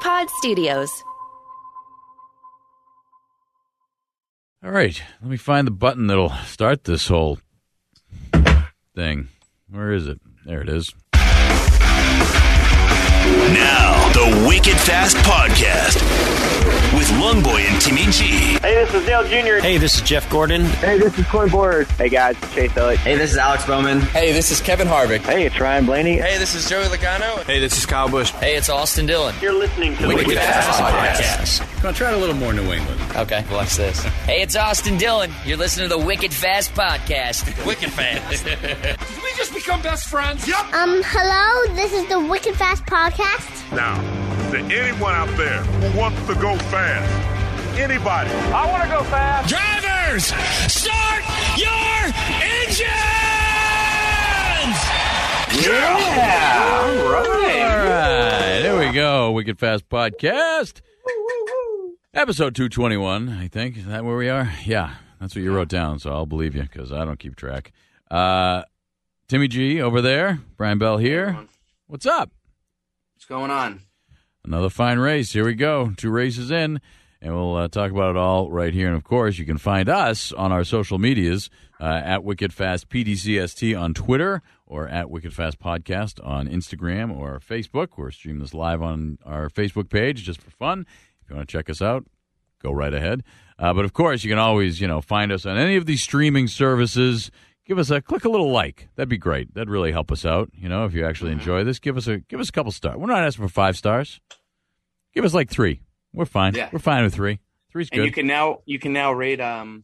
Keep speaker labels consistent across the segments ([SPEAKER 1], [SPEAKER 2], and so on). [SPEAKER 1] Pod Studios.
[SPEAKER 2] All right, let me find the button that'll start this whole thing. Where is it? There it is.
[SPEAKER 3] Now, the Wicked Fast Podcast with Longboy and Timmy G.
[SPEAKER 4] Hey, this is Dale Jr.
[SPEAKER 5] Hey, this is Jeff Gordon.
[SPEAKER 4] Hey, this is Clint Board. Hey, guys, it's Chase Elliott.
[SPEAKER 6] Hey, this is Alex Bowman.
[SPEAKER 7] Hey, this is Kevin Harvick.
[SPEAKER 4] Hey, it's Ryan Blaney.
[SPEAKER 8] Hey, this is Joey Logano.
[SPEAKER 9] Hey, this is Kyle Busch.
[SPEAKER 10] Hey, it's Austin Dillon.
[SPEAKER 4] You're listening to Wicked
[SPEAKER 10] Fast Podcast.
[SPEAKER 5] Come on, try it a little more New England.
[SPEAKER 10] Okay, watch this. Hey, it's Austin Dillon. You're listening to the Wicked Fast Podcast.
[SPEAKER 8] Wicked fast.
[SPEAKER 11] Did we just become best friends? Yep.
[SPEAKER 12] Um, hello, this is the Wicked Fast Podcast.
[SPEAKER 13] Now, to anyone out there who wants to go fast, anybody,
[SPEAKER 4] I want to go fast.
[SPEAKER 11] Drivers, start your engines!
[SPEAKER 4] Yeah. All
[SPEAKER 2] All
[SPEAKER 4] right.
[SPEAKER 2] right, there we go. Wicked Fast Podcast, episode two twenty one. I think is that where we are. Yeah, that's what you wrote down, so I'll believe you because I don't keep track. Uh, Timmy G over there, Brian Bell here. What's up?
[SPEAKER 7] What's going on?
[SPEAKER 2] Another fine race. Here we go. Two races in, and we'll uh, talk about it all right here. And of course, you can find us on our social medias uh, at Wicked Fast PDCST on Twitter or at Wicked Fast Podcast on Instagram or Facebook. We're streaming this live on our Facebook page just for fun. If you want to check us out, go right ahead. Uh, but of course, you can always, you know, find us on any of these streaming services. Give us a click a little like. That'd be great. That'd really help us out. You know, if you actually
[SPEAKER 7] Mm-hmm.
[SPEAKER 2] enjoy this, give us a give us a couple stars. We're not asking for five stars. Give us like three. We're fine.
[SPEAKER 7] Yeah.
[SPEAKER 2] We're fine with three. Three's
[SPEAKER 7] And
[SPEAKER 2] good.
[SPEAKER 7] you can now you can now rate um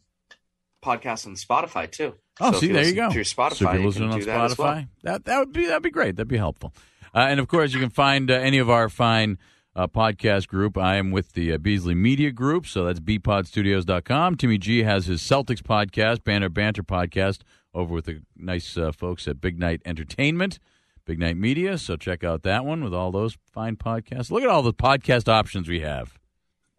[SPEAKER 7] podcasts on Spotify too.
[SPEAKER 2] Oh,
[SPEAKER 7] So if
[SPEAKER 2] see,
[SPEAKER 7] you
[SPEAKER 2] there you
[SPEAKER 7] listen
[SPEAKER 2] go.
[SPEAKER 7] To your Spotify,
[SPEAKER 2] so if you're
[SPEAKER 7] you
[SPEAKER 2] listening
[SPEAKER 7] can
[SPEAKER 2] on
[SPEAKER 7] do
[SPEAKER 2] Spotify,
[SPEAKER 7] that as well.
[SPEAKER 2] that that would be that'd be great. That'd be helpful. Uh, and of course, you can find uh, any of our fine uh, podcast group. I am with the uh, Beasley Media Group, so that's bpodstudios.com. Timmy G has his Celtics podcast, Banner Banter podcast, over with the nice uh, folks at Big Night Entertainment, Big Night Media. So check out that one with all those fine podcasts. Look at all the podcast options we have.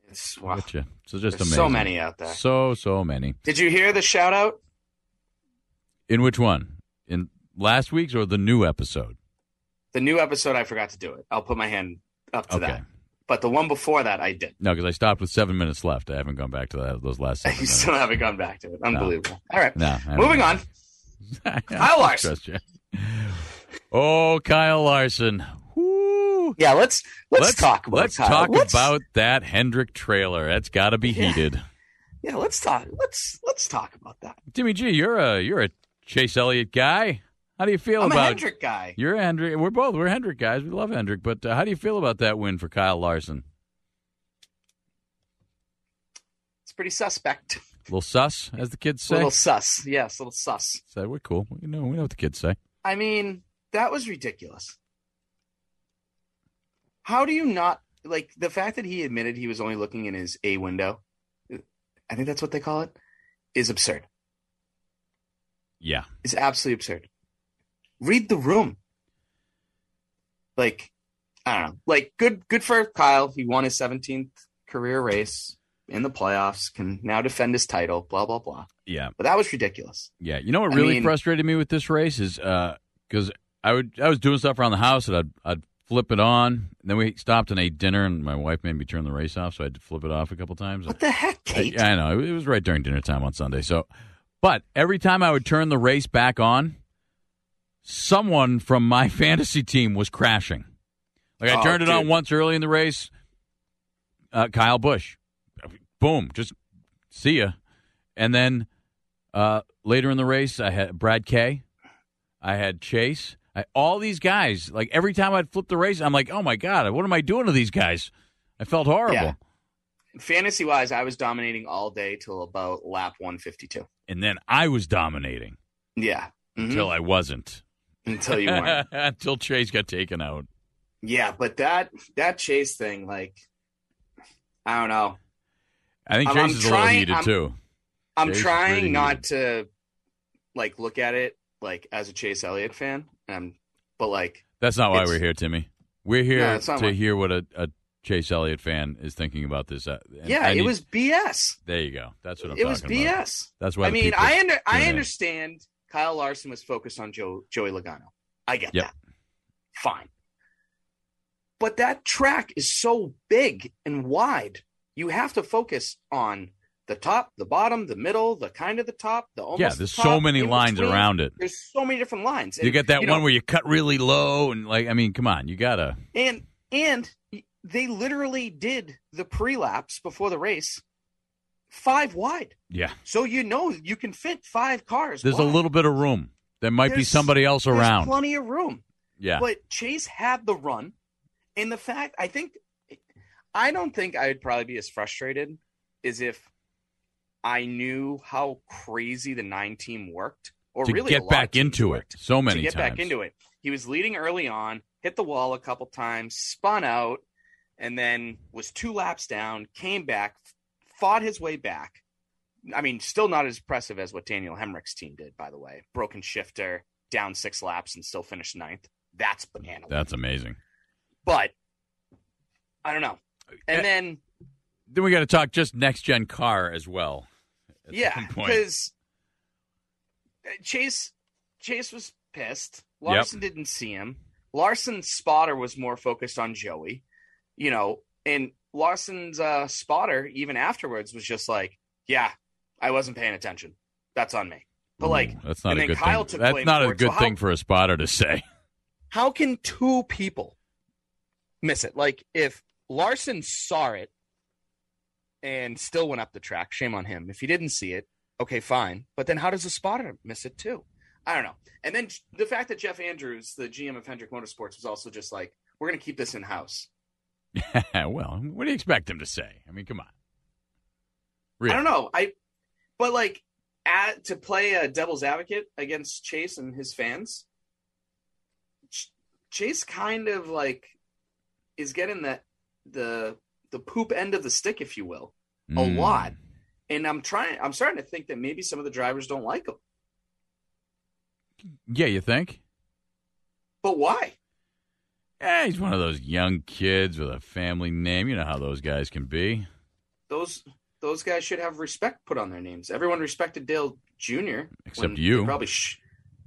[SPEAKER 7] It's, wow.
[SPEAKER 2] Gotcha. So just
[SPEAKER 7] There's
[SPEAKER 2] amazing.
[SPEAKER 7] so many out there.
[SPEAKER 2] So so many.
[SPEAKER 7] Did you hear the shout out?
[SPEAKER 2] In which one? In last week's or the new episode?
[SPEAKER 7] The new episode, I forgot to do it. I'll put my hand up to
[SPEAKER 2] Okay.
[SPEAKER 7] that. But the one before that, I did.
[SPEAKER 2] No, because I stopped with seven minutes left. I haven't gone back to that, those last seven
[SPEAKER 7] You
[SPEAKER 2] minutes.
[SPEAKER 7] still haven't gone back to it. Unbelievable. All right.
[SPEAKER 2] Oh, No, I don't
[SPEAKER 7] Moving
[SPEAKER 2] know.
[SPEAKER 7] on.
[SPEAKER 2] I
[SPEAKER 7] Kyle Larson.
[SPEAKER 2] trust you. Oh, Kyle Larson. Woo.
[SPEAKER 7] Yeah, let's let's, talk about
[SPEAKER 2] let's
[SPEAKER 7] Kyle.
[SPEAKER 2] talk
[SPEAKER 7] Let's-
[SPEAKER 2] about that Hendrick trailer. That's got to be heated.
[SPEAKER 7] yeah. Let's talk. Let's let's talk about that.
[SPEAKER 2] Timmy G, you're a you're a Chase Elliott guy. How do you feel
[SPEAKER 7] I'm
[SPEAKER 2] about
[SPEAKER 7] a Hendrick guy.
[SPEAKER 2] You're a Hendrick. We're both we're Hendrick guys. We love Hendrick. But uh, how do you feel about that win for Kyle Larson?
[SPEAKER 7] It's pretty suspect.
[SPEAKER 2] A little sus, as the kids
[SPEAKER 7] A
[SPEAKER 2] say.
[SPEAKER 7] little sus. Yes, a little sus.
[SPEAKER 2] Say, we're cool. We know we know what the kids say.
[SPEAKER 7] I mean, that was ridiculous. How do you not like the fact that he admitted he was only looking in his A window? I think that's what they call it. Is absurd.
[SPEAKER 2] Yeah.
[SPEAKER 7] Is absolutely absurd. Read the room. Like, I don't know. Like, good, good for Kyle. He won his seventeenth career race in the playoffs. Can now defend his title. Blah blah blah.
[SPEAKER 2] Yeah.
[SPEAKER 7] But that was ridiculous.
[SPEAKER 2] Yeah, you know what
[SPEAKER 7] I
[SPEAKER 2] really
[SPEAKER 7] mean-
[SPEAKER 2] frustrated me with this race is because I would I was doing stuff around the house and I'd I'd flip it on. And then we stopped and ate dinner, and my wife made me turn the race off, so I had to flip it off a couple times.
[SPEAKER 7] What the heck,
[SPEAKER 2] I,
[SPEAKER 7] Kate?
[SPEAKER 2] yeah, I know it was right during dinner time on Sunday. So, but every time I would turn the race back on, someone from my fantasy team was crashing. Like I
[SPEAKER 7] Oh,
[SPEAKER 2] turned it on
[SPEAKER 7] dude.
[SPEAKER 2] once early in the race. Uh, Kyle Bush, boom, just see ya. And then uh, later in the race, I had Brad Kay, I had Chase, I, all these guys. Like every time I'd flip the race, I'm like, oh my god, what am I doing to these guys? I felt horrible.
[SPEAKER 7] Yeah. Fantasy wise, I was dominating all day till about lap 152.
[SPEAKER 2] And then I was dominating.
[SPEAKER 7] Yeah. Mhm.
[SPEAKER 2] until I wasn't.
[SPEAKER 7] Until you weren't.
[SPEAKER 2] until Chase got taken out.
[SPEAKER 7] Yeah, but that that chase thing, like, I don't know.
[SPEAKER 2] I think
[SPEAKER 7] I'm-
[SPEAKER 2] Chase
[SPEAKER 7] I'm
[SPEAKER 2] is
[SPEAKER 7] trying-
[SPEAKER 2] a little heated
[SPEAKER 7] I'm-
[SPEAKER 2] too.
[SPEAKER 7] I'm
[SPEAKER 2] Chase is
[SPEAKER 7] trying
[SPEAKER 2] really
[SPEAKER 7] not to like look at it like as a Chase Elliott fan, um, but like
[SPEAKER 2] That's not why
[SPEAKER 7] it's-
[SPEAKER 2] we're here, Timmy. We're here
[SPEAKER 7] that's not
[SPEAKER 2] to
[SPEAKER 7] why-
[SPEAKER 2] hear what a, a Chase Elliott fan is thinking about this. uh, and
[SPEAKER 7] yeah,
[SPEAKER 2] I
[SPEAKER 7] it
[SPEAKER 2] need-
[SPEAKER 7] was BS.
[SPEAKER 2] There you go. That's what I'm
[SPEAKER 7] It was
[SPEAKER 2] talking about.
[SPEAKER 7] BS.
[SPEAKER 2] That's why
[SPEAKER 7] I
[SPEAKER 2] the
[SPEAKER 7] mean,
[SPEAKER 2] people
[SPEAKER 7] I under
[SPEAKER 2] tune
[SPEAKER 7] I
[SPEAKER 2] in.
[SPEAKER 7] understand Kyle Larson was focused on Joe Joey Logano. I get
[SPEAKER 2] Yep.
[SPEAKER 7] that. Fine. But that track is so big and wide. You have to focus on the top, the bottom, the middle, the kind of the top, the almost
[SPEAKER 2] Yeah,
[SPEAKER 7] the
[SPEAKER 2] there's
[SPEAKER 7] top,
[SPEAKER 2] so many
[SPEAKER 7] in
[SPEAKER 2] lines
[SPEAKER 7] between.
[SPEAKER 2] around it.
[SPEAKER 7] There's so many different lines.
[SPEAKER 2] You get that
[SPEAKER 7] one
[SPEAKER 2] one where you cut really low and like I mean, come on, you gotta
[SPEAKER 7] and and they literally did the pre-laps before the race five wide.
[SPEAKER 2] yeah.
[SPEAKER 7] So you know you can fit five cars.
[SPEAKER 2] There's a
[SPEAKER 7] wide.
[SPEAKER 2] little bit of room. There might be
[SPEAKER 7] There's-
[SPEAKER 2] somebody else
[SPEAKER 7] there's
[SPEAKER 2] around.
[SPEAKER 7] Plenty of room.
[SPEAKER 2] Yeah.
[SPEAKER 7] But Chase had the run, and the fact I think I don't think I would probably be as frustrated as if I knew how crazy the nine team worked, or
[SPEAKER 2] to
[SPEAKER 7] really a
[SPEAKER 2] get
[SPEAKER 7] lot of
[SPEAKER 2] back
[SPEAKER 7] teams
[SPEAKER 2] into it so many
[SPEAKER 7] to get
[SPEAKER 2] times.
[SPEAKER 7] back into it. He was leading early on, hit the wall a couple times, spun out, and then was two laps down, came back, fought his way back. I mean, still not as impressive as what Daniel Hemrick's team did, by the way. Broken shifter, down six laps, and still finished ninth. That's banana.
[SPEAKER 2] That's amazing.
[SPEAKER 7] But I don't know. And then
[SPEAKER 2] Then we got to talk just next gen car as well. at
[SPEAKER 7] yeah,
[SPEAKER 2] some point.
[SPEAKER 7] because Chase Chase was pissed. Larson didn't see him. Larson's spotter was more focused on Joey, you know, and Larson's uh, spotter even afterwards was just like, "Yeah, I wasn't paying attention. That's on me." But like,
[SPEAKER 2] Mm, That's not
[SPEAKER 7] and
[SPEAKER 2] a
[SPEAKER 7] then
[SPEAKER 2] good
[SPEAKER 7] Kyle
[SPEAKER 2] thing.
[SPEAKER 7] took
[SPEAKER 2] That's
[SPEAKER 7] blame
[SPEAKER 2] not
[SPEAKER 7] for
[SPEAKER 2] a
[SPEAKER 7] it. So
[SPEAKER 2] good
[SPEAKER 7] how-
[SPEAKER 2] thing for a spotter to say.
[SPEAKER 7] how can two people miss it? Like if Larson saw it and still went up the track, shame on him. If he didn't see it, okay, fine. But then how does the spotter miss it too? I don't know. And then the fact that Jeff Andrews, the GM of Hendrick Motorsports, was also just like, we're going to keep this in house.
[SPEAKER 2] well, what do you expect him to say? I mean, come on.
[SPEAKER 7] I don't know. I, but like, at, to play a devil's advocate against Chase and his fans, Ch- Chase kind of like is getting that the the poop end of the stick, if you will,
[SPEAKER 2] Mm.
[SPEAKER 7] a lot. And I'm trying. I'm starting to think that maybe some of the drivers don't like him.
[SPEAKER 2] Yeah, you think?
[SPEAKER 7] But why?
[SPEAKER 2] Yeah, he's one of those young kids with a family name. You know how those guys can be.
[SPEAKER 7] Those those guys should have respect put on their names. Everyone respected Dale Jr.
[SPEAKER 2] Except
[SPEAKER 7] when
[SPEAKER 2] you.
[SPEAKER 7] they Probably. Sh-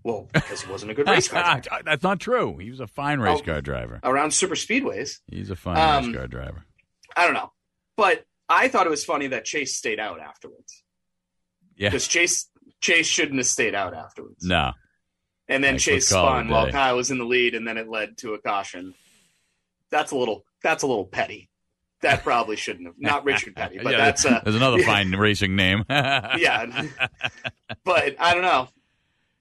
[SPEAKER 7] well, because he wasn't a good race car driver.
[SPEAKER 2] That's not true. He was a fine race
[SPEAKER 7] Oh.
[SPEAKER 2] car driver.
[SPEAKER 7] around super speedways.
[SPEAKER 2] He's a fine
[SPEAKER 7] Um,
[SPEAKER 2] race car driver.
[SPEAKER 7] I don't know. But I thought it was funny that Chase stayed out afterwards.
[SPEAKER 2] Yeah.
[SPEAKER 7] Because Chase Chase shouldn't have stayed out afterwards.
[SPEAKER 2] No.
[SPEAKER 7] And then
[SPEAKER 2] Like,
[SPEAKER 7] Chase
[SPEAKER 2] let's call it a
[SPEAKER 7] spun while
[SPEAKER 2] day.
[SPEAKER 7] Kyle was in the lead and then it led to a caution. That's a little that's a little petty. That probably shouldn't have not Richard Petty, but
[SPEAKER 2] Yeah,
[SPEAKER 7] that's uh,
[SPEAKER 2] there's another
[SPEAKER 7] yeah,
[SPEAKER 2] fine racing name.
[SPEAKER 7] yeah. But I don't know.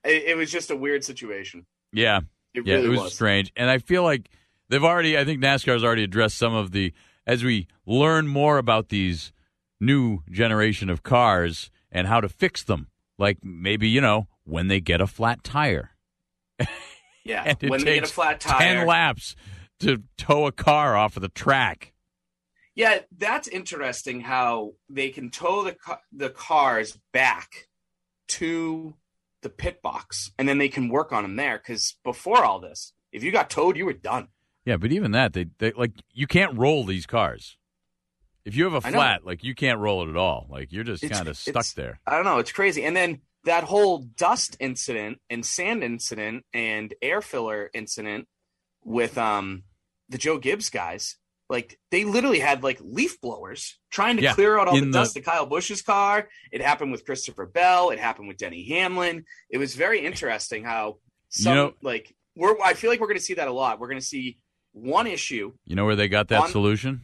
[SPEAKER 7] It, it was just a weird situation.
[SPEAKER 2] Yeah.
[SPEAKER 7] It
[SPEAKER 2] yeah,
[SPEAKER 7] really
[SPEAKER 2] it was,
[SPEAKER 7] was.
[SPEAKER 2] strange. And I feel like they've already I think NASCAR's already addressed some of the as we learn more about these new generation of cars and how to fix them. Like maybe, you know, when they get a flat tire.
[SPEAKER 7] Yeah.
[SPEAKER 2] And it
[SPEAKER 7] Uh, When they get a
[SPEAKER 2] takes
[SPEAKER 7] flat
[SPEAKER 2] 10
[SPEAKER 7] tire.
[SPEAKER 2] laps to tow a car off of the track.
[SPEAKER 7] Yeah, that's interesting how they can tow the ca- the cars back to the pit box and then they can work on them there cuz before all this, if you got towed, you were done.
[SPEAKER 2] Yeah, but even that they, they like you can't roll these cars. If you have a
[SPEAKER 7] I know.
[SPEAKER 2] flat, like you can't roll it at all. Like you're just
[SPEAKER 7] It's-
[SPEAKER 2] kind of stuck
[SPEAKER 7] it's-
[SPEAKER 2] there.
[SPEAKER 7] I don't know, it's crazy. And then that whole dust incident and sand incident and air filler incident with um the Joe Gibbs guys, like they literally had like leaf blowers trying to
[SPEAKER 2] Yeah,
[SPEAKER 7] clear out all the,
[SPEAKER 2] in the-
[SPEAKER 7] dust to Kyle Bush's car. It happened with Christopher Bell. It happened with Denny Hamlin. It was very interesting how some
[SPEAKER 2] know-
[SPEAKER 7] like we're I feel like we're going to see that a lot. We're going to see one issue
[SPEAKER 2] You know where they got that
[SPEAKER 7] On-
[SPEAKER 2] solution?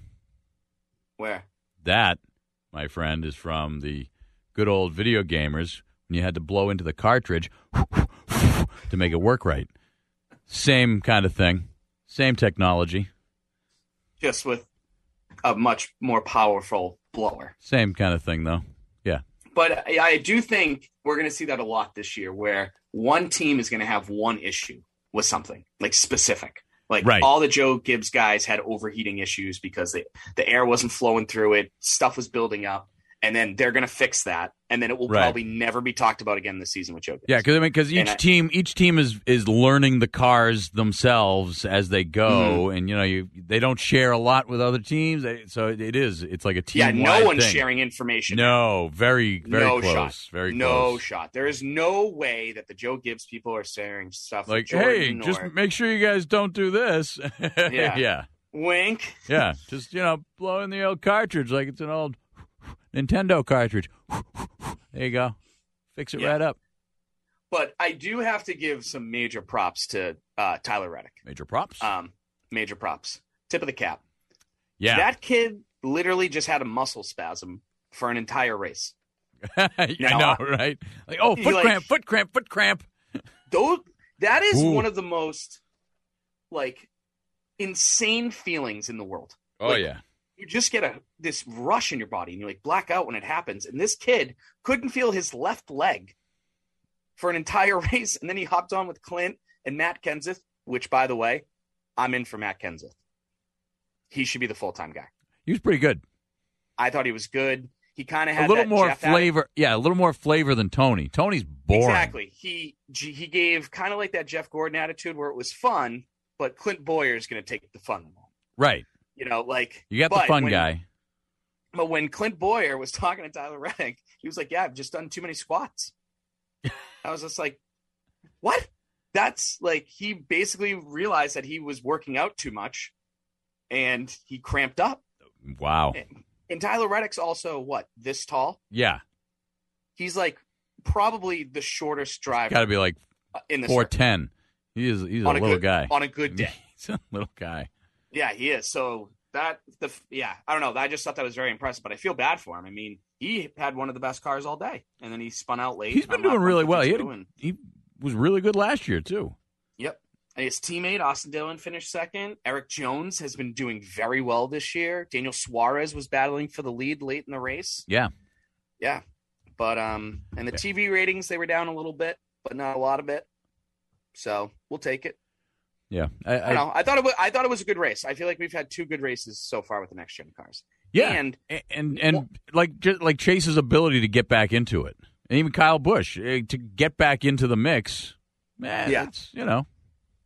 [SPEAKER 7] where
[SPEAKER 2] That, my friend, is from the good old video gamers when you had to blow into the cartridge to make it work right. Same kind of thing, same technology,
[SPEAKER 7] just with a much more powerful blower.
[SPEAKER 2] same kind of thing though. Yeah,
[SPEAKER 7] But I, I do think we're going to see that a lot this year, where one team is going to have one issue with something like specific. Like
[SPEAKER 2] Right.
[SPEAKER 7] all the Joe Gibbs guys had overheating issues because the the air wasn't flowing through it, stuff was building up, and then they're going to fix that, and then it will
[SPEAKER 2] Right.
[SPEAKER 7] probably never be talked about again this season with Joe Gibbs.
[SPEAKER 2] Yeah, because I mean, because each
[SPEAKER 7] And I-
[SPEAKER 2] team, each team is is learning the cars themselves as they go,
[SPEAKER 7] Mm-hmm.
[SPEAKER 2] and you know, you they don't share a lot with other teams, They- so it is. It's like a team.
[SPEAKER 7] Yeah, no one's sharing information.
[SPEAKER 2] No, very, very
[SPEAKER 7] no
[SPEAKER 2] close.
[SPEAKER 7] shot.
[SPEAKER 2] Very
[SPEAKER 7] no
[SPEAKER 2] close.
[SPEAKER 7] shot. There is no way that the Joe Gibbs people are sharing stuff.
[SPEAKER 2] Like,
[SPEAKER 7] with Jordan
[SPEAKER 2] hey, just
[SPEAKER 7] or-
[SPEAKER 2] make sure you guys don't do this.
[SPEAKER 7] Yeah.
[SPEAKER 2] yeah,
[SPEAKER 7] wink.
[SPEAKER 2] yeah. Just you know, blow in the old cartridge like it's an old Nintendo cartridge. There you go. Fix it
[SPEAKER 7] Yeah.
[SPEAKER 2] right up.
[SPEAKER 7] But I do have to give some major props to uh, Tyler Reddick.
[SPEAKER 2] Major props.
[SPEAKER 7] Um, major props. Tip of the cap.
[SPEAKER 2] Yeah.
[SPEAKER 7] That kid literally just had a muscle spasm for an entire race.
[SPEAKER 2] I
[SPEAKER 7] Now,
[SPEAKER 2] know,
[SPEAKER 7] I-
[SPEAKER 2] right? Like, oh,
[SPEAKER 7] You
[SPEAKER 2] foot
[SPEAKER 7] like-
[SPEAKER 2] cramp, foot cramp, foot cramp.
[SPEAKER 7] Those that is
[SPEAKER 2] Ooh.
[SPEAKER 7] one of the most like insane feelings in the world.
[SPEAKER 2] Oh
[SPEAKER 7] Like,
[SPEAKER 2] yeah.
[SPEAKER 7] You just get a this rush in your body and you like black out when it happens. And this kid couldn't feel his left leg for an entire race. And then he hopped on with Clint and Matt Kenseth, which by the way, I'm in for Matt Kenseth. He should be the full time guy.
[SPEAKER 2] He was pretty good.
[SPEAKER 7] I thought he was good. He kind of had
[SPEAKER 2] A little
[SPEAKER 7] that
[SPEAKER 2] more
[SPEAKER 7] Jeff Adam-
[SPEAKER 2] flavor. Yeah, a little more flavor than Tony. Tony's boring.
[SPEAKER 7] Exactly. He g- he gave kind of like that Jeff Gordon attitude where it was fun, but Clint Boyer is going to take the fun.
[SPEAKER 2] Right.
[SPEAKER 7] You know, like
[SPEAKER 2] You got
[SPEAKER 7] but
[SPEAKER 2] the fun
[SPEAKER 7] when-
[SPEAKER 2] guy.
[SPEAKER 7] But when Clint Boyer was talking to Tyler Reddick, he was like, "Yeah, I've just done too many squats." I was just like, "What?" That's like he basically realized that he was working out too much, and he cramped up.
[SPEAKER 2] Wow.
[SPEAKER 7] And Tyler Reddick's also what this tall?
[SPEAKER 2] Yeah.
[SPEAKER 7] He's like probably the shortest driver.
[SPEAKER 2] Got to be like
[SPEAKER 7] in the
[SPEAKER 2] four ten. He is. He's a
[SPEAKER 7] On a
[SPEAKER 2] little
[SPEAKER 7] good-
[SPEAKER 2] guy.
[SPEAKER 7] on a good day.
[SPEAKER 2] he's a little guy.
[SPEAKER 7] Yeah, he is. So that the f- yeah, I don't know. I just thought that was very impressive, but I feel bad for him. I mean, he had one of the best cars all day, and then he spun out late.
[SPEAKER 2] He's been doing really well. He, had,
[SPEAKER 7] doing.
[SPEAKER 2] he was really good last year too.
[SPEAKER 7] Yep. And his teammate Austin Dillon finished second. Eric Jones has been doing very well this year. Daniel Suarez was battling for the lead late in the race.
[SPEAKER 2] Yeah.
[SPEAKER 7] Yeah, but um, and the TV ratings they were down a little bit, but not a lot of it. So we'll take it.
[SPEAKER 2] Yeah. I,
[SPEAKER 7] I, don't know. I thought it was. I thought it was a good race. I feel like we've had two good races so far with the next gen cars.
[SPEAKER 2] Yeah.
[SPEAKER 7] And
[SPEAKER 2] and and, like just like Chase's ability to get back into it, and even Kyle Bush to get back into the mix. Man,
[SPEAKER 7] Yeah.
[SPEAKER 2] it's you know,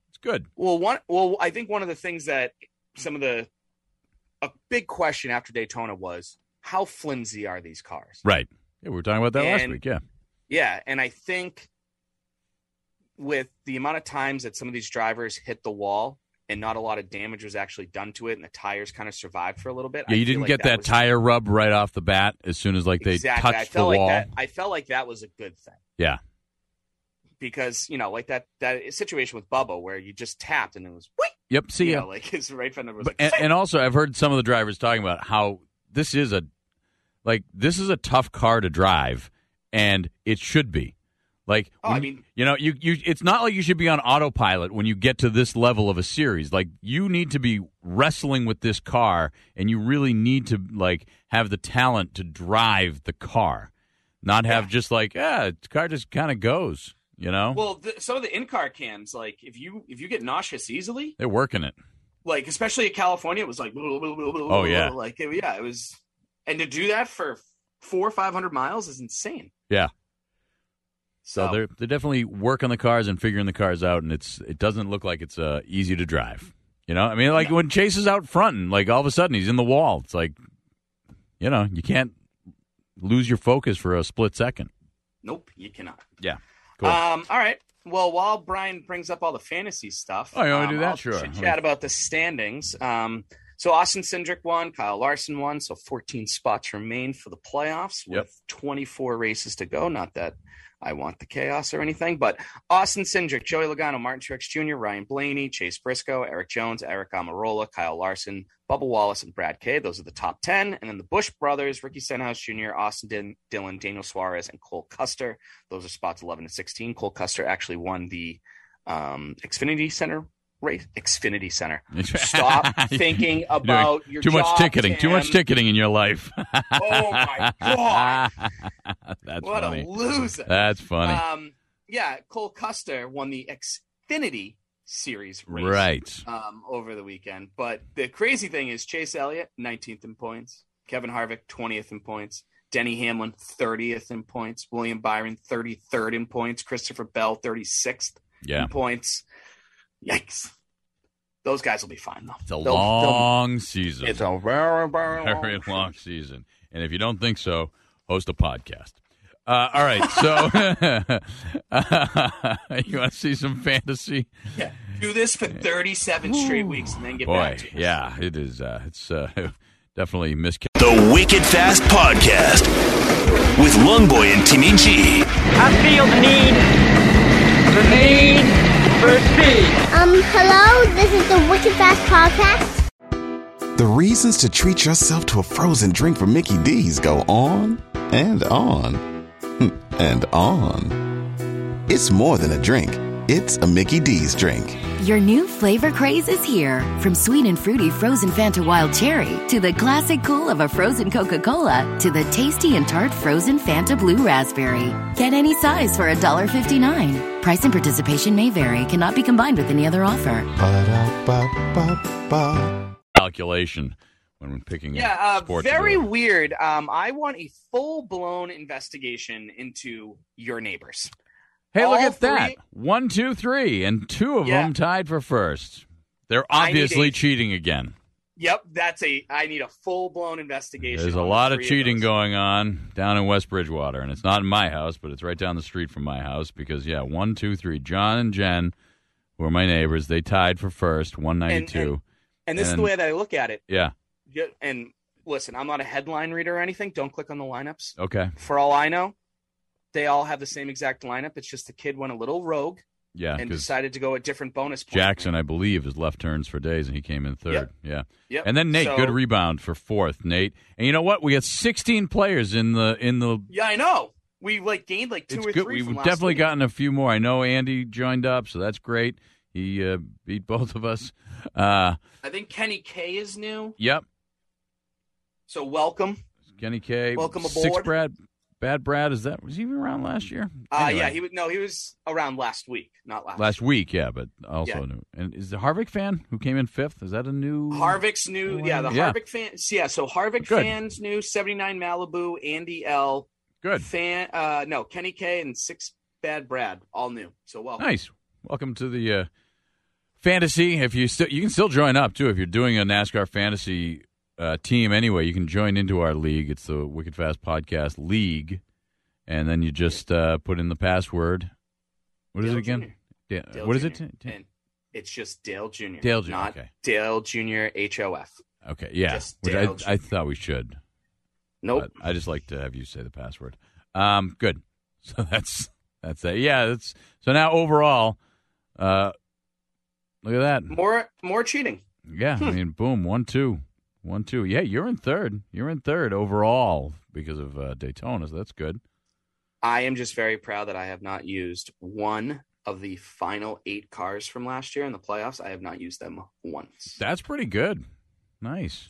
[SPEAKER 2] it's good.
[SPEAKER 7] Well, one. Well, I think one of the things that some of the a big question after Daytona was how flimsy are these cars?
[SPEAKER 2] Right. Yeah, we were talking about that last
[SPEAKER 7] And-
[SPEAKER 2] week. Yeah.
[SPEAKER 7] Yeah, and I think with the amount of times that some of these drivers hit the wall and not a lot of damage was actually done to it, and the tires kind of survived for a little bit. I
[SPEAKER 2] Yeah, you
[SPEAKER 7] feel
[SPEAKER 2] didn't
[SPEAKER 7] like
[SPEAKER 2] get that,
[SPEAKER 7] was-
[SPEAKER 2] tire rub right off the bat as soon as like they
[SPEAKER 7] exactly. I
[SPEAKER 2] touched the
[SPEAKER 7] felt like
[SPEAKER 2] wall.
[SPEAKER 7] that. I felt like that was a good thing.
[SPEAKER 2] Yeah,
[SPEAKER 7] because you know, like that that situation with Bubba where you just tapped and it was wait,
[SPEAKER 2] Yep, see
[SPEAKER 7] you
[SPEAKER 2] ya.
[SPEAKER 7] know, like his right fender was like,
[SPEAKER 2] and, and also I've heard some of the drivers talking about how this is a like this is a tough car to drive, and it should be. Like
[SPEAKER 7] Oh, I
[SPEAKER 2] when-
[SPEAKER 7] mean-
[SPEAKER 2] you know, you you it's not like you should be on autopilot when you get to this level of a series. Like you need to be wrestling with this car, and you really need to like have the talent to drive the car, not have just like ah, the car just kind of goes. You know,
[SPEAKER 7] well, the, some of the in car cams, like if you if you get nauseous easily,
[SPEAKER 2] they're working it.
[SPEAKER 7] like especially in California, it was like oh
[SPEAKER 2] yeah.
[SPEAKER 7] like it- yeah, it was, and to do that for four or five hundred miles is insane.
[SPEAKER 2] Yeah.
[SPEAKER 7] So,
[SPEAKER 2] So they're they're definitely working the cars and figuring the cars out, and it's it doesn't look like it's uh, easy to drive. You know, I mean, like when Chase is out front, and like all of a sudden he's in the wall. It's like, you know, you can't lose your focus for a split second.
[SPEAKER 7] nope, you cannot.
[SPEAKER 2] Yeah, cool.
[SPEAKER 7] Um, all right. Well, while Brian brings up all the fantasy stuff,
[SPEAKER 2] Oh, you wanna
[SPEAKER 7] um,
[SPEAKER 2] do that?
[SPEAKER 7] I'll
[SPEAKER 2] Sure.
[SPEAKER 7] chit-
[SPEAKER 2] Let me-
[SPEAKER 7] Chat about the standings. Um, so Austin Cindric won, Kyle Larson won, so 14 spots remain for the playoffs
[SPEAKER 2] Yep.
[SPEAKER 7] with 24 races to go. Not that I want the chaos or anything, but Austin Cindric, Joey Logano, Martin Truex Jr., Ryan Blaney, Chase Briscoe, Eric Jones, Eric Amarola, Kyle Larson, Bubba Wallace, and Brad Kay. Those are the top 10. And then the Bush brothers, Ricky Stenhouse Jr., Austin Din- Dillon, Daniel Suarez, and Cole Custer. Those are spots 11 to 16. Cole Custer actually won the um, Xfinity Center race. Xfinity Center. Stop thinking
[SPEAKER 2] You're doing
[SPEAKER 7] about your
[SPEAKER 2] too much
[SPEAKER 7] job,
[SPEAKER 2] ticketing, too much
[SPEAKER 7] Tim.
[SPEAKER 2] ticketing in your life.
[SPEAKER 7] Oh, my God.
[SPEAKER 2] That's
[SPEAKER 7] what
[SPEAKER 2] funny.
[SPEAKER 7] a loser. Uh,
[SPEAKER 2] That's funny.
[SPEAKER 7] Um, yeah, Cole Custer won the Xfinity series race
[SPEAKER 2] right
[SPEAKER 7] um, over the weekend. But the crazy thing is Chase Elliott 19th in points, Kevin Harvick 20th in points, Denny Hamlin 30th in points, William Byron 33rd in points, Christopher Bell 36th
[SPEAKER 2] Yeah.
[SPEAKER 7] in points. Yikes. Those guys will be fine though.
[SPEAKER 2] It's a
[SPEAKER 7] They'll- they'll-
[SPEAKER 2] long season.
[SPEAKER 7] It's a very, very long
[SPEAKER 2] very long season. And if you don't think so, host a podcast. Uh, all right, so you want to see some fantasy?
[SPEAKER 7] Yeah, do this for 37 straight weeks and then get
[SPEAKER 2] Boy,
[SPEAKER 7] back to it.
[SPEAKER 2] yeah, it is. Uh, it's uh, definitely miscast.
[SPEAKER 11] The Wicked Fast Podcast with Longboy and Timmy G.
[SPEAKER 10] I feel the need, the need for speed.
[SPEAKER 12] Um, hello, this is the Wicked Fast Podcast.
[SPEAKER 14] The reasons to treat yourself to a frozen drink from Mickey D's go on and on Hmm, and on. It's more than a drink, it's a Mickey D's drink.
[SPEAKER 15] Your new flavor craze is here. From sweet and fruity frozen Fanta Wild Cherry to the classic cool of a frozen Coca Cola to the tasty and tart frozen Fanta Blue Raspberry. Get any size for $1.59. Price and participation may vary, cannot be combined with any other offer.
[SPEAKER 2] calculation when we're picking
[SPEAKER 7] Yeah,
[SPEAKER 2] up
[SPEAKER 7] uh,
[SPEAKER 2] sports.
[SPEAKER 7] very weird. Um, I want a full blown investigation into your neighbors.
[SPEAKER 2] Hey, look
[SPEAKER 7] all
[SPEAKER 2] at that!
[SPEAKER 7] three-
[SPEAKER 2] One, two, three, and two of
[SPEAKER 7] Yeah.
[SPEAKER 2] them tied for first. They're
[SPEAKER 7] I need
[SPEAKER 2] obviously
[SPEAKER 7] a-
[SPEAKER 2] cheating again.
[SPEAKER 7] Yep, that's a. I need a full blown investigation.
[SPEAKER 2] There's a
[SPEAKER 7] on
[SPEAKER 2] lot
[SPEAKER 7] the
[SPEAKER 2] of
[SPEAKER 7] three
[SPEAKER 2] cheating
[SPEAKER 7] those.
[SPEAKER 2] going on down in West Bridgewater, and it's not in my house, but it's right down the street from my house because yeah, one, two, three. John and Jen, who are my neighbors, they tied for first, one ninety two.
[SPEAKER 7] And this is the way that I look at it.
[SPEAKER 2] Yeah.
[SPEAKER 7] Yeah, And listen, I'm not a headline reader or anything. Don't click on the lineups.
[SPEAKER 2] Okay.
[SPEAKER 7] For all I know, they all have the same exact lineup. It's just the kid went a little rogue
[SPEAKER 2] Yeah.
[SPEAKER 7] and
[SPEAKER 2] 'cause-
[SPEAKER 7] decided to go a different bonus point.
[SPEAKER 2] Jackson, I believe, is left turns for days, and he came in third. Yeah.
[SPEAKER 7] Yep.
[SPEAKER 2] And then Nate,
[SPEAKER 7] So-
[SPEAKER 2] good rebound for fourth. Nate, and you know what? We got 16 players in the in the.
[SPEAKER 7] Yeah, I know. We like gained like two
[SPEAKER 2] It's
[SPEAKER 7] or
[SPEAKER 2] good.
[SPEAKER 7] three.
[SPEAKER 2] We've
[SPEAKER 7] from last
[SPEAKER 2] definitely
[SPEAKER 7] week.
[SPEAKER 2] gotten a few more. I know Andy joined up, so that's great. He uh, beat both of us. Uh,
[SPEAKER 7] I think Kenny K is new.
[SPEAKER 2] yep.
[SPEAKER 7] So welcome.
[SPEAKER 2] Kenny K.
[SPEAKER 7] Welcome
[SPEAKER 2] Six
[SPEAKER 7] aboard.
[SPEAKER 2] Brad. Bad Brad. Is that was he even around last year?
[SPEAKER 7] Uh,
[SPEAKER 2] Anyway,
[SPEAKER 7] yeah, he was no, he was around last week, not last.
[SPEAKER 2] last week. Yeah, but also
[SPEAKER 7] Yeah.
[SPEAKER 2] new. And is the Harvick fan who came in fifth? Is that a new?
[SPEAKER 7] Harvick's new, yeah, the
[SPEAKER 2] Yeah.
[SPEAKER 7] Harvick fans, yeah. So Harvick
[SPEAKER 2] Good.
[SPEAKER 7] fans new, seventy nine Malibu, Andy L.
[SPEAKER 2] Good.
[SPEAKER 7] fan. Uh, no, Kenny K and six bad Brad, all new. So welcome.
[SPEAKER 2] Nice. Welcome to the uh, fantasy. If you still, you can still join up too. If you're doing a NASCAR fantasy uh, team anyway, you can join into our league. It's the Wicked Fast Podcast League, and then you just uh, put in the password. What is
[SPEAKER 7] Dale
[SPEAKER 2] it again? Da-
[SPEAKER 7] Dale
[SPEAKER 2] what is it?
[SPEAKER 7] Jr. And it's just Dale Jr.
[SPEAKER 2] Dale Jr.,
[SPEAKER 7] Not
[SPEAKER 2] okay.
[SPEAKER 7] Dale Jr. HOF.
[SPEAKER 2] Okay, yeah.
[SPEAKER 7] Just
[SPEAKER 2] Which
[SPEAKER 7] Dale
[SPEAKER 2] I, I thought we should.
[SPEAKER 7] Nope.
[SPEAKER 2] but I just like to have you say the password. Um, good. So that's that's that. Yeah. That's so now overall. Uh, look at that.
[SPEAKER 7] More more cheating.
[SPEAKER 2] Yeah, I mean, boom, one, two, one, two. Yeah, you're in third. You're in third overall because of uh, Daytona. So that's good.
[SPEAKER 7] I am just very proud that I have not used one of the final eight cars from last year in the playoffs. I have not used them once.
[SPEAKER 2] That's pretty good. Nice,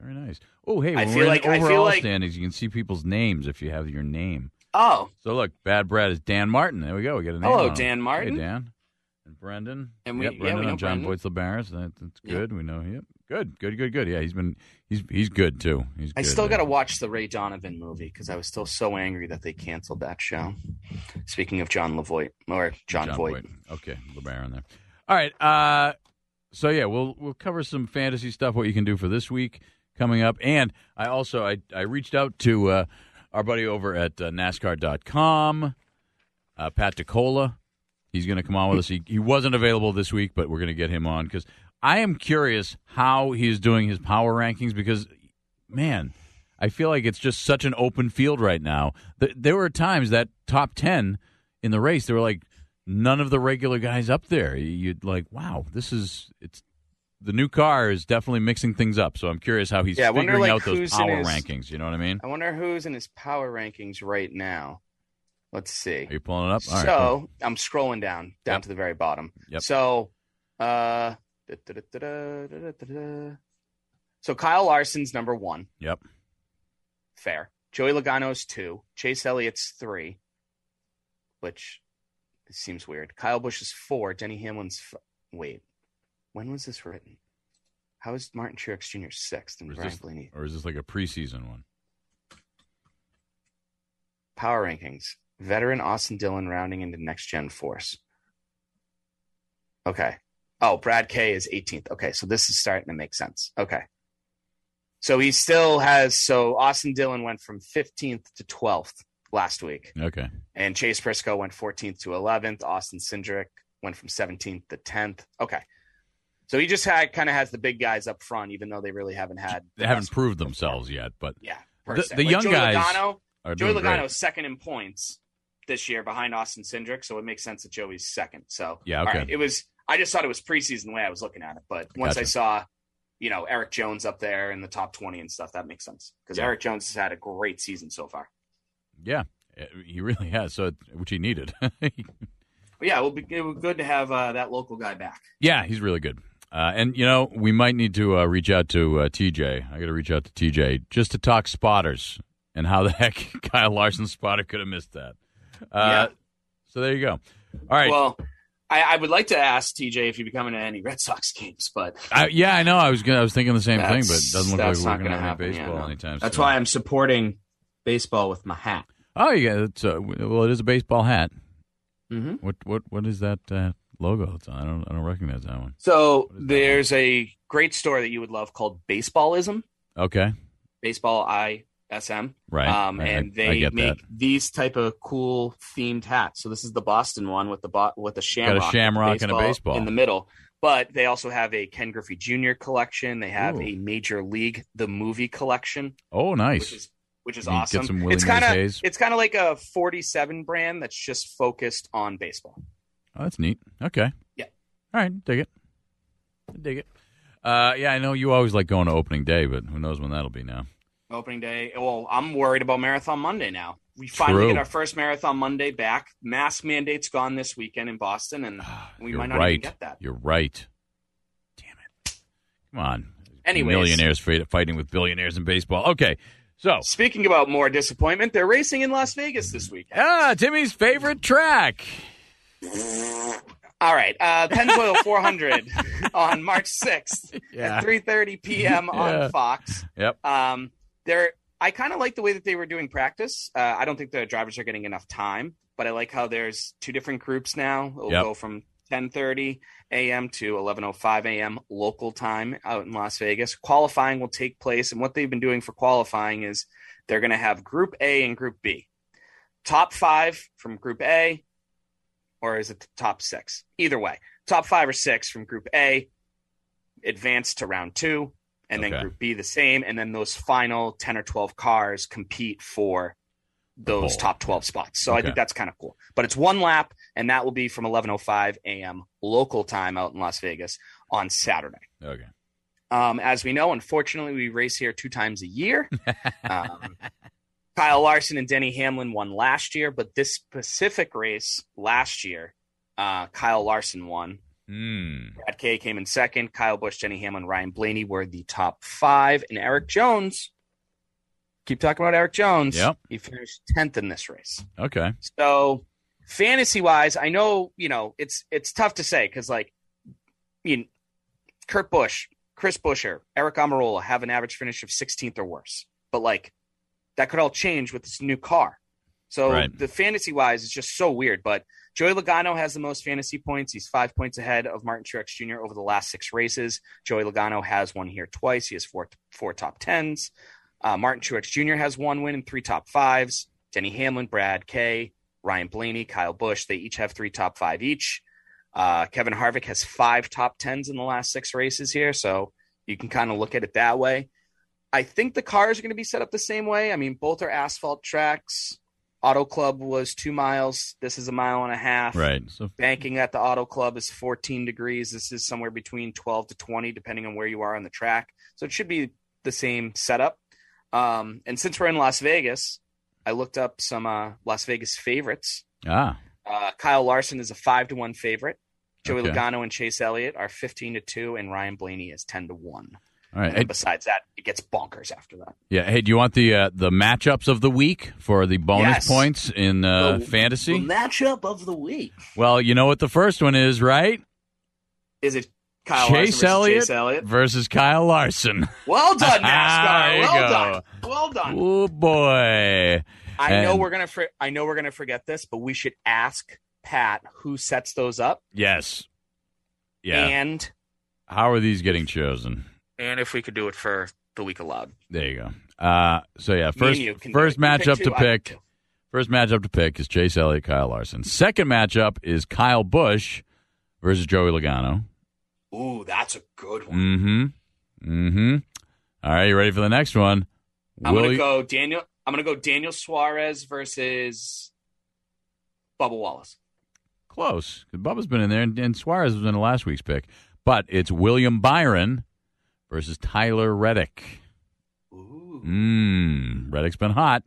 [SPEAKER 2] very nice. Oh, hey,
[SPEAKER 7] I
[SPEAKER 2] when
[SPEAKER 7] feel
[SPEAKER 2] we're in
[SPEAKER 7] like-
[SPEAKER 2] the
[SPEAKER 7] I feel
[SPEAKER 2] overall
[SPEAKER 7] like-
[SPEAKER 2] standings, you can see people's names if you have your name.
[SPEAKER 7] Oh,
[SPEAKER 2] So look, Bad Brad is Dan Martin. There we go. We got a name.
[SPEAKER 7] Hello,
[SPEAKER 2] on him.
[SPEAKER 7] Dan Martin.
[SPEAKER 2] Hey, Dan. And Brendan.
[SPEAKER 7] And we-
[SPEAKER 2] yep,
[SPEAKER 7] yeah, we
[SPEAKER 2] Brendan
[SPEAKER 7] know
[SPEAKER 2] and John
[SPEAKER 7] Brendan.
[SPEAKER 2] Boitzel Barris. That, that's
[SPEAKER 7] Yep.
[SPEAKER 2] good. We know him. Good, good, good, good. Yeah, he's been he's he's good too. He's
[SPEAKER 7] I
[SPEAKER 2] good.
[SPEAKER 7] still
[SPEAKER 2] Uh,
[SPEAKER 7] got to watch the Ray Donovan movie because I was still so angry that they canceled that show. Speaking of John Lavoie or John, Voight.
[SPEAKER 2] Okay, LeBaron there. All right. Uh, so yeah, we'll we'll cover some fantasy stuff. What you can do for this week coming up, and I also I I reached out to uh, our buddy over at uh, NASCAR.com, uh, Pat DeCola. He's going to come on with us. He he wasn't available this week, but we're going to get him on because I am curious how he is doing his power rankings because man. I feel like it's just such an open field right now. Th- There were times that top 10 in the race, there were like none of the regular guys up there. You'd like, wow, this is it's the new car is definitely mixing things up. So I'm curious how he's
[SPEAKER 7] Yeah, I
[SPEAKER 2] figuring
[SPEAKER 7] wonder, like,
[SPEAKER 2] out those
[SPEAKER 7] who's in
[SPEAKER 2] power
[SPEAKER 7] his-
[SPEAKER 2] rankings. You know what I mean?
[SPEAKER 7] I wonder who's in his power rankings right now. Let's see.
[SPEAKER 2] Are you pulling it up? All right,
[SPEAKER 7] so
[SPEAKER 2] cool.
[SPEAKER 7] I'm scrolling down, down
[SPEAKER 2] Yep.
[SPEAKER 7] to the very bottom.
[SPEAKER 2] Yep.
[SPEAKER 7] So, uh, da-da-da-da, da-da-da-da. so Kyle Larson's number one.
[SPEAKER 2] Yep.
[SPEAKER 7] Fair. Joey Logano's two. Chase Elliott's three, which seems weird. Kyle Bush is four. Denny Hamlin's f- wait, when was this written? How is Martin Truex Jr. sixth E? and
[SPEAKER 2] Or is,
[SPEAKER 7] Brian
[SPEAKER 2] this,
[SPEAKER 7] Blaney?
[SPEAKER 2] or is this like a preseason one?
[SPEAKER 7] Power rankings. Veteran Austin Dillon rounding into next gen force. Okay. Oh, Brad K is 18th. Okay, so this is starting to make sense. Okay. So he still has so Austin Dillon went from 15th to 12th last week.
[SPEAKER 2] Okay.
[SPEAKER 7] And Chase Briscoe went 14th to 11th. Austin Sindrick went from 17th to 10th. Okay. So he just had kind of has the big guys up front, even though they really haven't had.
[SPEAKER 2] They haven't proved themselves yet, but
[SPEAKER 7] Yeah. per
[SPEAKER 2] the,
[SPEAKER 7] se.
[SPEAKER 2] the
[SPEAKER 7] Like
[SPEAKER 2] young
[SPEAKER 7] Joey
[SPEAKER 2] guys
[SPEAKER 7] Logano,
[SPEAKER 2] are
[SPEAKER 7] Joey
[SPEAKER 2] doing
[SPEAKER 7] Logano
[SPEAKER 2] great.
[SPEAKER 7] is second in points this year behind Austin Sindrick, so it makes sense that Joey's second. So
[SPEAKER 2] Yeah,
[SPEAKER 7] all
[SPEAKER 2] okay.
[SPEAKER 7] right. it was. I just thought it was preseason the way I was looking at it, but once I
[SPEAKER 2] Gotcha.
[SPEAKER 7] saw, you know, Eric Jones up there in the top twenty and stuff, that makes sense because
[SPEAKER 2] Yeah.
[SPEAKER 7] Eric Jones has had a great season so far.
[SPEAKER 2] Yeah, eh, he really has. So which he needed.
[SPEAKER 7] But yeah, it will be it will be good to have uh, that local guy back.
[SPEAKER 2] yeah, he's really good. Uh, and you know, we might need to uh, reach out to uh, TJ. I got to reach out to TJ just to talk spotters and how the heck Kyle Larson's spotter could have missed that. Uh,
[SPEAKER 7] Yeah.
[SPEAKER 2] So there you go. All right.
[SPEAKER 7] Well, I, I would like to ask TJ if you're coming to any Red Sox games, but
[SPEAKER 2] I, yeah, I know. I was gonna, I was thinking the same thing,
[SPEAKER 7] That's-
[SPEAKER 2] but it doesn't look like
[SPEAKER 7] that's
[SPEAKER 2] we're
[SPEAKER 7] not
[SPEAKER 2] going to
[SPEAKER 7] gonna
[SPEAKER 2] have
[SPEAKER 7] happen, yeah,
[SPEAKER 2] baseball
[SPEAKER 7] no.
[SPEAKER 2] anytime.
[SPEAKER 7] That's
[SPEAKER 2] soon.
[SPEAKER 7] why I'm supporting baseball with my hat.
[SPEAKER 2] Oh, yeah. It's a, well, it is a baseball hat.
[SPEAKER 7] Mm-hmm.
[SPEAKER 2] What what what is that uh, logo? It's, I don't I don't recognize that one.
[SPEAKER 7] So there's a great store that you would love called Baseballism,
[SPEAKER 2] Okay.
[SPEAKER 7] Baseball I S M.
[SPEAKER 2] Right.
[SPEAKER 7] Um,
[SPEAKER 2] I-
[SPEAKER 7] and
[SPEAKER 2] I-
[SPEAKER 7] they
[SPEAKER 2] I get
[SPEAKER 7] make these type of cool themed hats. So this is the Boston one with the bo- with the shamrock, with
[SPEAKER 2] shamrock and a baseball.
[SPEAKER 7] in the middle. But they also have a Ken Griffey Jr. collection. They have
[SPEAKER 2] Ooh.
[SPEAKER 7] a Major League the movie collection.
[SPEAKER 2] Oh, nice.
[SPEAKER 7] Which is which is
[SPEAKER 2] You get
[SPEAKER 7] awesome.
[SPEAKER 2] some Willie
[SPEAKER 7] it's kind of
[SPEAKER 2] Mays Hayes.
[SPEAKER 7] it's kind of like a 47 brand that's just focused on baseball.
[SPEAKER 2] oh, that's neat. Okay.
[SPEAKER 7] Yeah.
[SPEAKER 2] All right. Dig it. I dig it. Uh, yeah, I know you always like going to opening day, but who knows when that'll be now.
[SPEAKER 7] Opening day. Well, I'm worried about Marathon Monday now. We finally
[SPEAKER 2] True.
[SPEAKER 7] get our first Marathon Monday back. Mask mandate's gone this weekend in Boston, and we
[SPEAKER 2] Ah, You're
[SPEAKER 7] might not
[SPEAKER 2] right.
[SPEAKER 7] even get that.
[SPEAKER 2] You're right. Damn it. Come on.
[SPEAKER 7] Anyways.
[SPEAKER 2] Millionaires fight- fighting with billionaires in baseball. Okay. So,
[SPEAKER 7] Speaking about more disappointment, they're racing in Las Vegas this week.
[SPEAKER 2] ah, Timmy's favorite track.
[SPEAKER 7] All right, uh, Pennzoil 400 on March 6th
[SPEAKER 2] Yeah.
[SPEAKER 7] at 3:30 p.m.
[SPEAKER 2] Yeah.
[SPEAKER 7] on Fox.
[SPEAKER 2] Yep.
[SPEAKER 7] Um, they're I kind of like the way that they were doing practice. Uh, I don't think the drivers are getting enough time, but I like how there's two different groups now. It'll
[SPEAKER 2] Yep.
[SPEAKER 7] go from 10:30 a.m. to 11:05 a.m. local time out in Las Vegas. Qualifying will take place, and what they've been doing for qualifying is they're going to have Group A and Group B. Top five from Group A, or is it the top six? Either way, top five or six from Group A advance to round two, and
[SPEAKER 2] Okay.
[SPEAKER 7] then Group B the same, and then those final ten or twelve cars compete for those
[SPEAKER 2] bowl.
[SPEAKER 7] top twelve spots. So I
[SPEAKER 2] Okay.
[SPEAKER 7] think that's kind of cool. But it's one lap, and that will be from eleven oh five a.m. local time out in Las Vegas on Saturday.
[SPEAKER 2] Okay.
[SPEAKER 7] Um, as we know, unfortunately, we race here two times a year. um, Kyle Larson and Denny Hamlin won last year, but this specific race last year, uh, Kyle Larson won.
[SPEAKER 2] Hmm.
[SPEAKER 7] Brad Kay came in second. Kyle Busch, Denny Hamlin, Ryan Blaney were the top five, and Eric Jones. Keep talking about Eric Jones.
[SPEAKER 2] Yep.
[SPEAKER 7] He finished tenth in this race.
[SPEAKER 2] Okay.
[SPEAKER 7] So fantasy wise, I know, you know, it's it's tough to say because like you know, Kurt Busch, Chris Busher, Eric Amarola have an average finish of 16th or worse. But like that could all change with this new car. So
[SPEAKER 2] Right.
[SPEAKER 7] the fantasy wise is just so weird. But Joey Logano has the most fantasy points. He's five points ahead of Martin Truex Jr. over the last six races. Joey Logano has one here twice. He has four four top tens. Uh, Martin Truex Jr. has one win and three top fives. Denny Hamlin, Brad Kay, Ryan Blaney, Kyle Bush. They each have three top five each. Uh, Kevin Harvick has five top tens in the last six races here, so you can kind of look at it that way. I think the cars are going to be set up the same way. I mean, both are asphalt tracks. Auto Club was two miles. This is a mile and a half.
[SPEAKER 2] Right. So,
[SPEAKER 7] Banking at the Auto Club is 14 degrees. This is somewhere between 12 to 20, depending on where you are on the track. So it should be the same setup. Um, and since we're in Las Vegas, I looked up some uh, Las Vegas favorites.
[SPEAKER 2] ah,
[SPEAKER 7] Uh, Kyle Larson is a five to one favorite. Joey
[SPEAKER 2] Okay.
[SPEAKER 7] Logano and Chase Elliott are 15 to two, and Ryan Blaney is 10 to one.
[SPEAKER 2] all right.
[SPEAKER 7] And
[SPEAKER 2] Hey,
[SPEAKER 7] then besides that, it gets bonkers after that.
[SPEAKER 2] yeah. Hey, do you want the uh, the matchups of the week for the bonus
[SPEAKER 7] Yes.
[SPEAKER 2] points in uh,
[SPEAKER 7] The-
[SPEAKER 2] fantasy?
[SPEAKER 7] matchup of the week.
[SPEAKER 2] Well, you know what the first one is, right?
[SPEAKER 7] Is it Kyle
[SPEAKER 2] Chase
[SPEAKER 7] Larson
[SPEAKER 2] Elliott,
[SPEAKER 7] versus Chase Elliott?
[SPEAKER 2] versus Kyle Larson.
[SPEAKER 7] Well done,
[SPEAKER 2] Ah, There
[SPEAKER 7] NASCAR.
[SPEAKER 2] you
[SPEAKER 7] well
[SPEAKER 2] go.
[SPEAKER 7] done. Well done.
[SPEAKER 2] Oh boy!
[SPEAKER 7] I know
[SPEAKER 2] And-
[SPEAKER 7] we're gonna for, I know we're gonna forget this, but we should ask Pat who sets those up
[SPEAKER 2] Yes. Yeah.
[SPEAKER 7] and
[SPEAKER 2] How are these getting chosen?
[SPEAKER 7] and if we could do it for the week allowed.
[SPEAKER 2] There you go. Uh, so yeah,
[SPEAKER 7] Me and
[SPEAKER 2] first
[SPEAKER 7] you can do
[SPEAKER 2] first
[SPEAKER 7] it. You pick
[SPEAKER 2] matchup
[SPEAKER 7] two,
[SPEAKER 2] to
[SPEAKER 7] I pick
[SPEAKER 2] pick. First matchup to pick is Chase Elliott, Kyle Larson. Second matchup is Kyle Bush versus Joey Logano.
[SPEAKER 7] Ooh, that's a good one.
[SPEAKER 2] Mm-hmm. Mm-hmm. All right, you ready for the next one?
[SPEAKER 7] I'm
[SPEAKER 2] Will
[SPEAKER 7] gonna
[SPEAKER 2] you-
[SPEAKER 7] go Daniel. I'm gonna go Daniel Suarez versus Bubba Wallace.
[SPEAKER 2] Close. 'Cause Bubba's been in there, and, and Suarez was in the last week's pick. But it's William Byron versus Tyler Reddick.
[SPEAKER 7] Ooh,
[SPEAKER 2] Mm. Mmm. Reddick's been hot.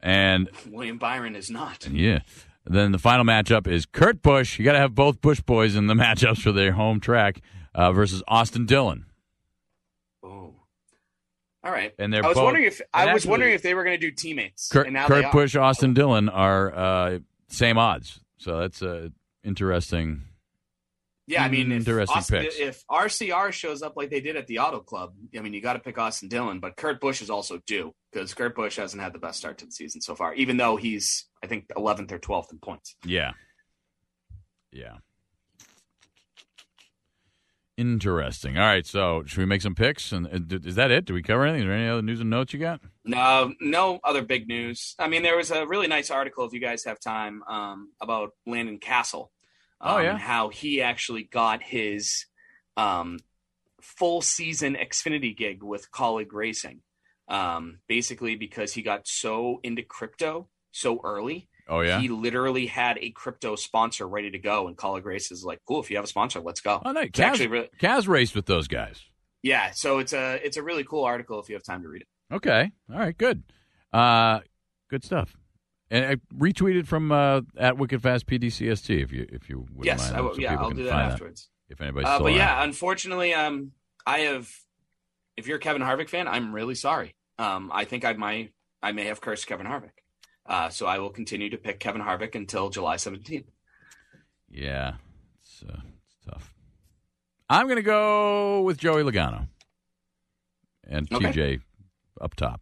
[SPEAKER 2] And
[SPEAKER 7] William Byron is not.
[SPEAKER 2] yeah. Then the final matchup is Kurt Busch. You got to have both Bush boys in the matchups for their home track uh, versus Austin Dillon.
[SPEAKER 7] Oh, all right.
[SPEAKER 2] And they're
[SPEAKER 7] I was
[SPEAKER 2] both-
[SPEAKER 7] wondering if I
[SPEAKER 2] and
[SPEAKER 7] was
[SPEAKER 2] actually-
[SPEAKER 7] wondering if they were gonna do teammates.
[SPEAKER 2] Kurt,
[SPEAKER 7] and now they
[SPEAKER 2] Kurt
[SPEAKER 7] are.
[SPEAKER 2] Busch, Austin Dillon are uh, same odds. So that's uh, interesting.
[SPEAKER 7] Yeah, I mean, if,
[SPEAKER 2] Interesting
[SPEAKER 7] Austin,
[SPEAKER 2] picks.
[SPEAKER 7] if RCR shows up like they did at the Auto Club, I mean, you got to pick Austin Dillon, but Kurt Busch is also due because Kurt Busch hasn't had the best start to the season so far, even though he's, I think, 11th or 12th in points.
[SPEAKER 2] Yeah. Yeah. Interesting. All right. So should we make some picks? And uh, d- is that it? Do we cover anything? Is there any other news and notes you got?
[SPEAKER 7] No, no other big news. I mean, there was a really nice article if you guys have time um, about Landon Castle.
[SPEAKER 2] Oh,
[SPEAKER 7] um,
[SPEAKER 2] yeah.
[SPEAKER 7] and how he actually got his um, full season Xfinity gig with Colleague Racing, um, basically because he got so into crypto so early.
[SPEAKER 2] Oh yeah.
[SPEAKER 7] He literally had a crypto sponsor ready to go, and Colleague Race is like, "Cool, if you have a sponsor, let's go."
[SPEAKER 2] oh no.
[SPEAKER 7] It's
[SPEAKER 2] Kaz,
[SPEAKER 7] actually really,
[SPEAKER 2] Kaz raced with those guys.
[SPEAKER 7] yeah. So it's a it's a really cool article if you have time to read it.
[SPEAKER 2] Okay. All right. Good. Uh, good stuff. And uh, retweet it from uh, at Wicked Fast PDCST if you if you would
[SPEAKER 7] yes,
[SPEAKER 2] mind,
[SPEAKER 7] I will,
[SPEAKER 2] so
[SPEAKER 7] yeah,
[SPEAKER 2] people
[SPEAKER 7] I'll
[SPEAKER 2] can
[SPEAKER 7] do that
[SPEAKER 2] find
[SPEAKER 7] afterwards.
[SPEAKER 2] If anybody's
[SPEAKER 7] Uh,
[SPEAKER 2] still
[SPEAKER 7] but
[SPEAKER 2] around.
[SPEAKER 7] yeah, unfortunately, um, I have. If you're a Kevin Harvick fan, I'm really sorry. Um, I think I might, I may have cursed Kevin Harvick. Uh, so I will continue to pick Kevin Harvick until July 17th.
[SPEAKER 2] Yeah, it's, uh, it's tough. I'm going to go with Joey Logano and
[SPEAKER 7] Okay.
[SPEAKER 2] TJ up top.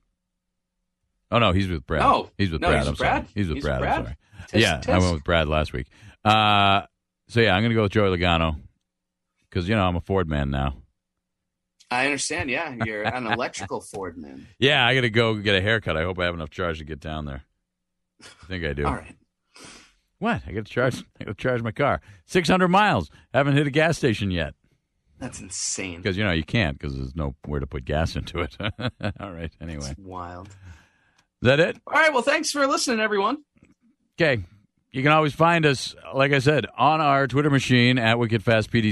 [SPEAKER 2] Oh no, he's with Brad.
[SPEAKER 7] No.
[SPEAKER 2] he's with
[SPEAKER 7] No,
[SPEAKER 2] Brad.
[SPEAKER 7] he's
[SPEAKER 2] I'm
[SPEAKER 7] with
[SPEAKER 2] sorry,
[SPEAKER 7] Brad.
[SPEAKER 2] he's with
[SPEAKER 7] He's
[SPEAKER 2] Brad.
[SPEAKER 7] with
[SPEAKER 2] I'm
[SPEAKER 7] Brad.
[SPEAKER 2] sorry.
[SPEAKER 7] Tis-
[SPEAKER 2] yeah, I
[SPEAKER 7] tis.
[SPEAKER 2] went with Brad last week. Uh, so yeah, I'm going to go with Joey Logano because you know I'm a Ford man now.
[SPEAKER 7] I understand. Yeah, you're an electrical Ford man.
[SPEAKER 2] Yeah, I got to go get a haircut. I hope I have enough charge to get down there. I think I do.
[SPEAKER 7] All right.
[SPEAKER 2] What? I got to charge. I got to charge my car. 600 miles. Haven't hit a gas station yet.
[SPEAKER 7] That's insane.
[SPEAKER 2] Because you know you can't because there's nowhere to put gas into it. All right. Anyway, is
[SPEAKER 7] It's wild.
[SPEAKER 2] that it?
[SPEAKER 7] All right. Well, thanks for listening, everyone.
[SPEAKER 2] Okay. You can always find us, like I said, on our Twitter machine at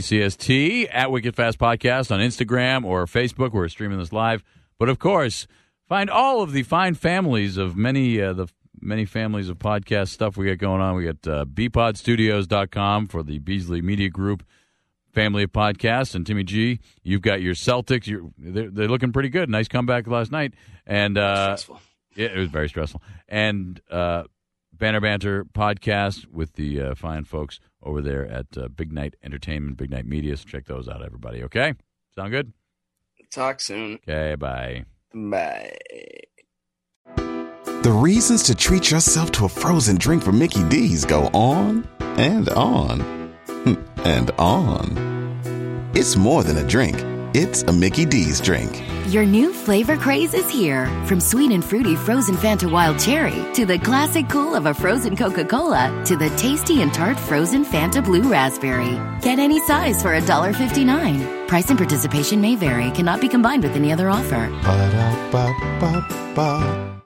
[SPEAKER 2] WickedFastPDCST, at WickedFast Podcast on Instagram or Facebook. We're streaming this live. But of course, find all of the fine families of many uh, the many families of podcast stuff we got going on. We got uh, bpodstudios.com for the Beasley Media Group family of podcasts. And Timmy G, you've got your Celtics. You're, they're, they're looking pretty good. Nice comeback last night. And uh,
[SPEAKER 7] Stressful.
[SPEAKER 2] yeah, it was very stressful. And uh, Banner Banter podcast with the uh, fine folks over there at uh, Big Night Entertainment, Big Night Media. So check those out, everybody. Okay, sound good?
[SPEAKER 7] Talk soon.
[SPEAKER 2] Okay, bye.
[SPEAKER 7] Bye.
[SPEAKER 14] The reasons to treat yourself to a frozen drink from Mickey D's go on and on Hmm, and on. It's more than a drink, it's a Mickey D's drink.
[SPEAKER 15] Your new flavor craze is here. From sweet and fruity frozen Fanta Wild Cherry to the classic cool of a frozen Coca Cola to the tasty and tart frozen Fanta Blue Raspberry. Get any size for $1.59. Price and participation may vary, cannot be combined with any other offer.
[SPEAKER 14] Ba-da-ba-ba-ba.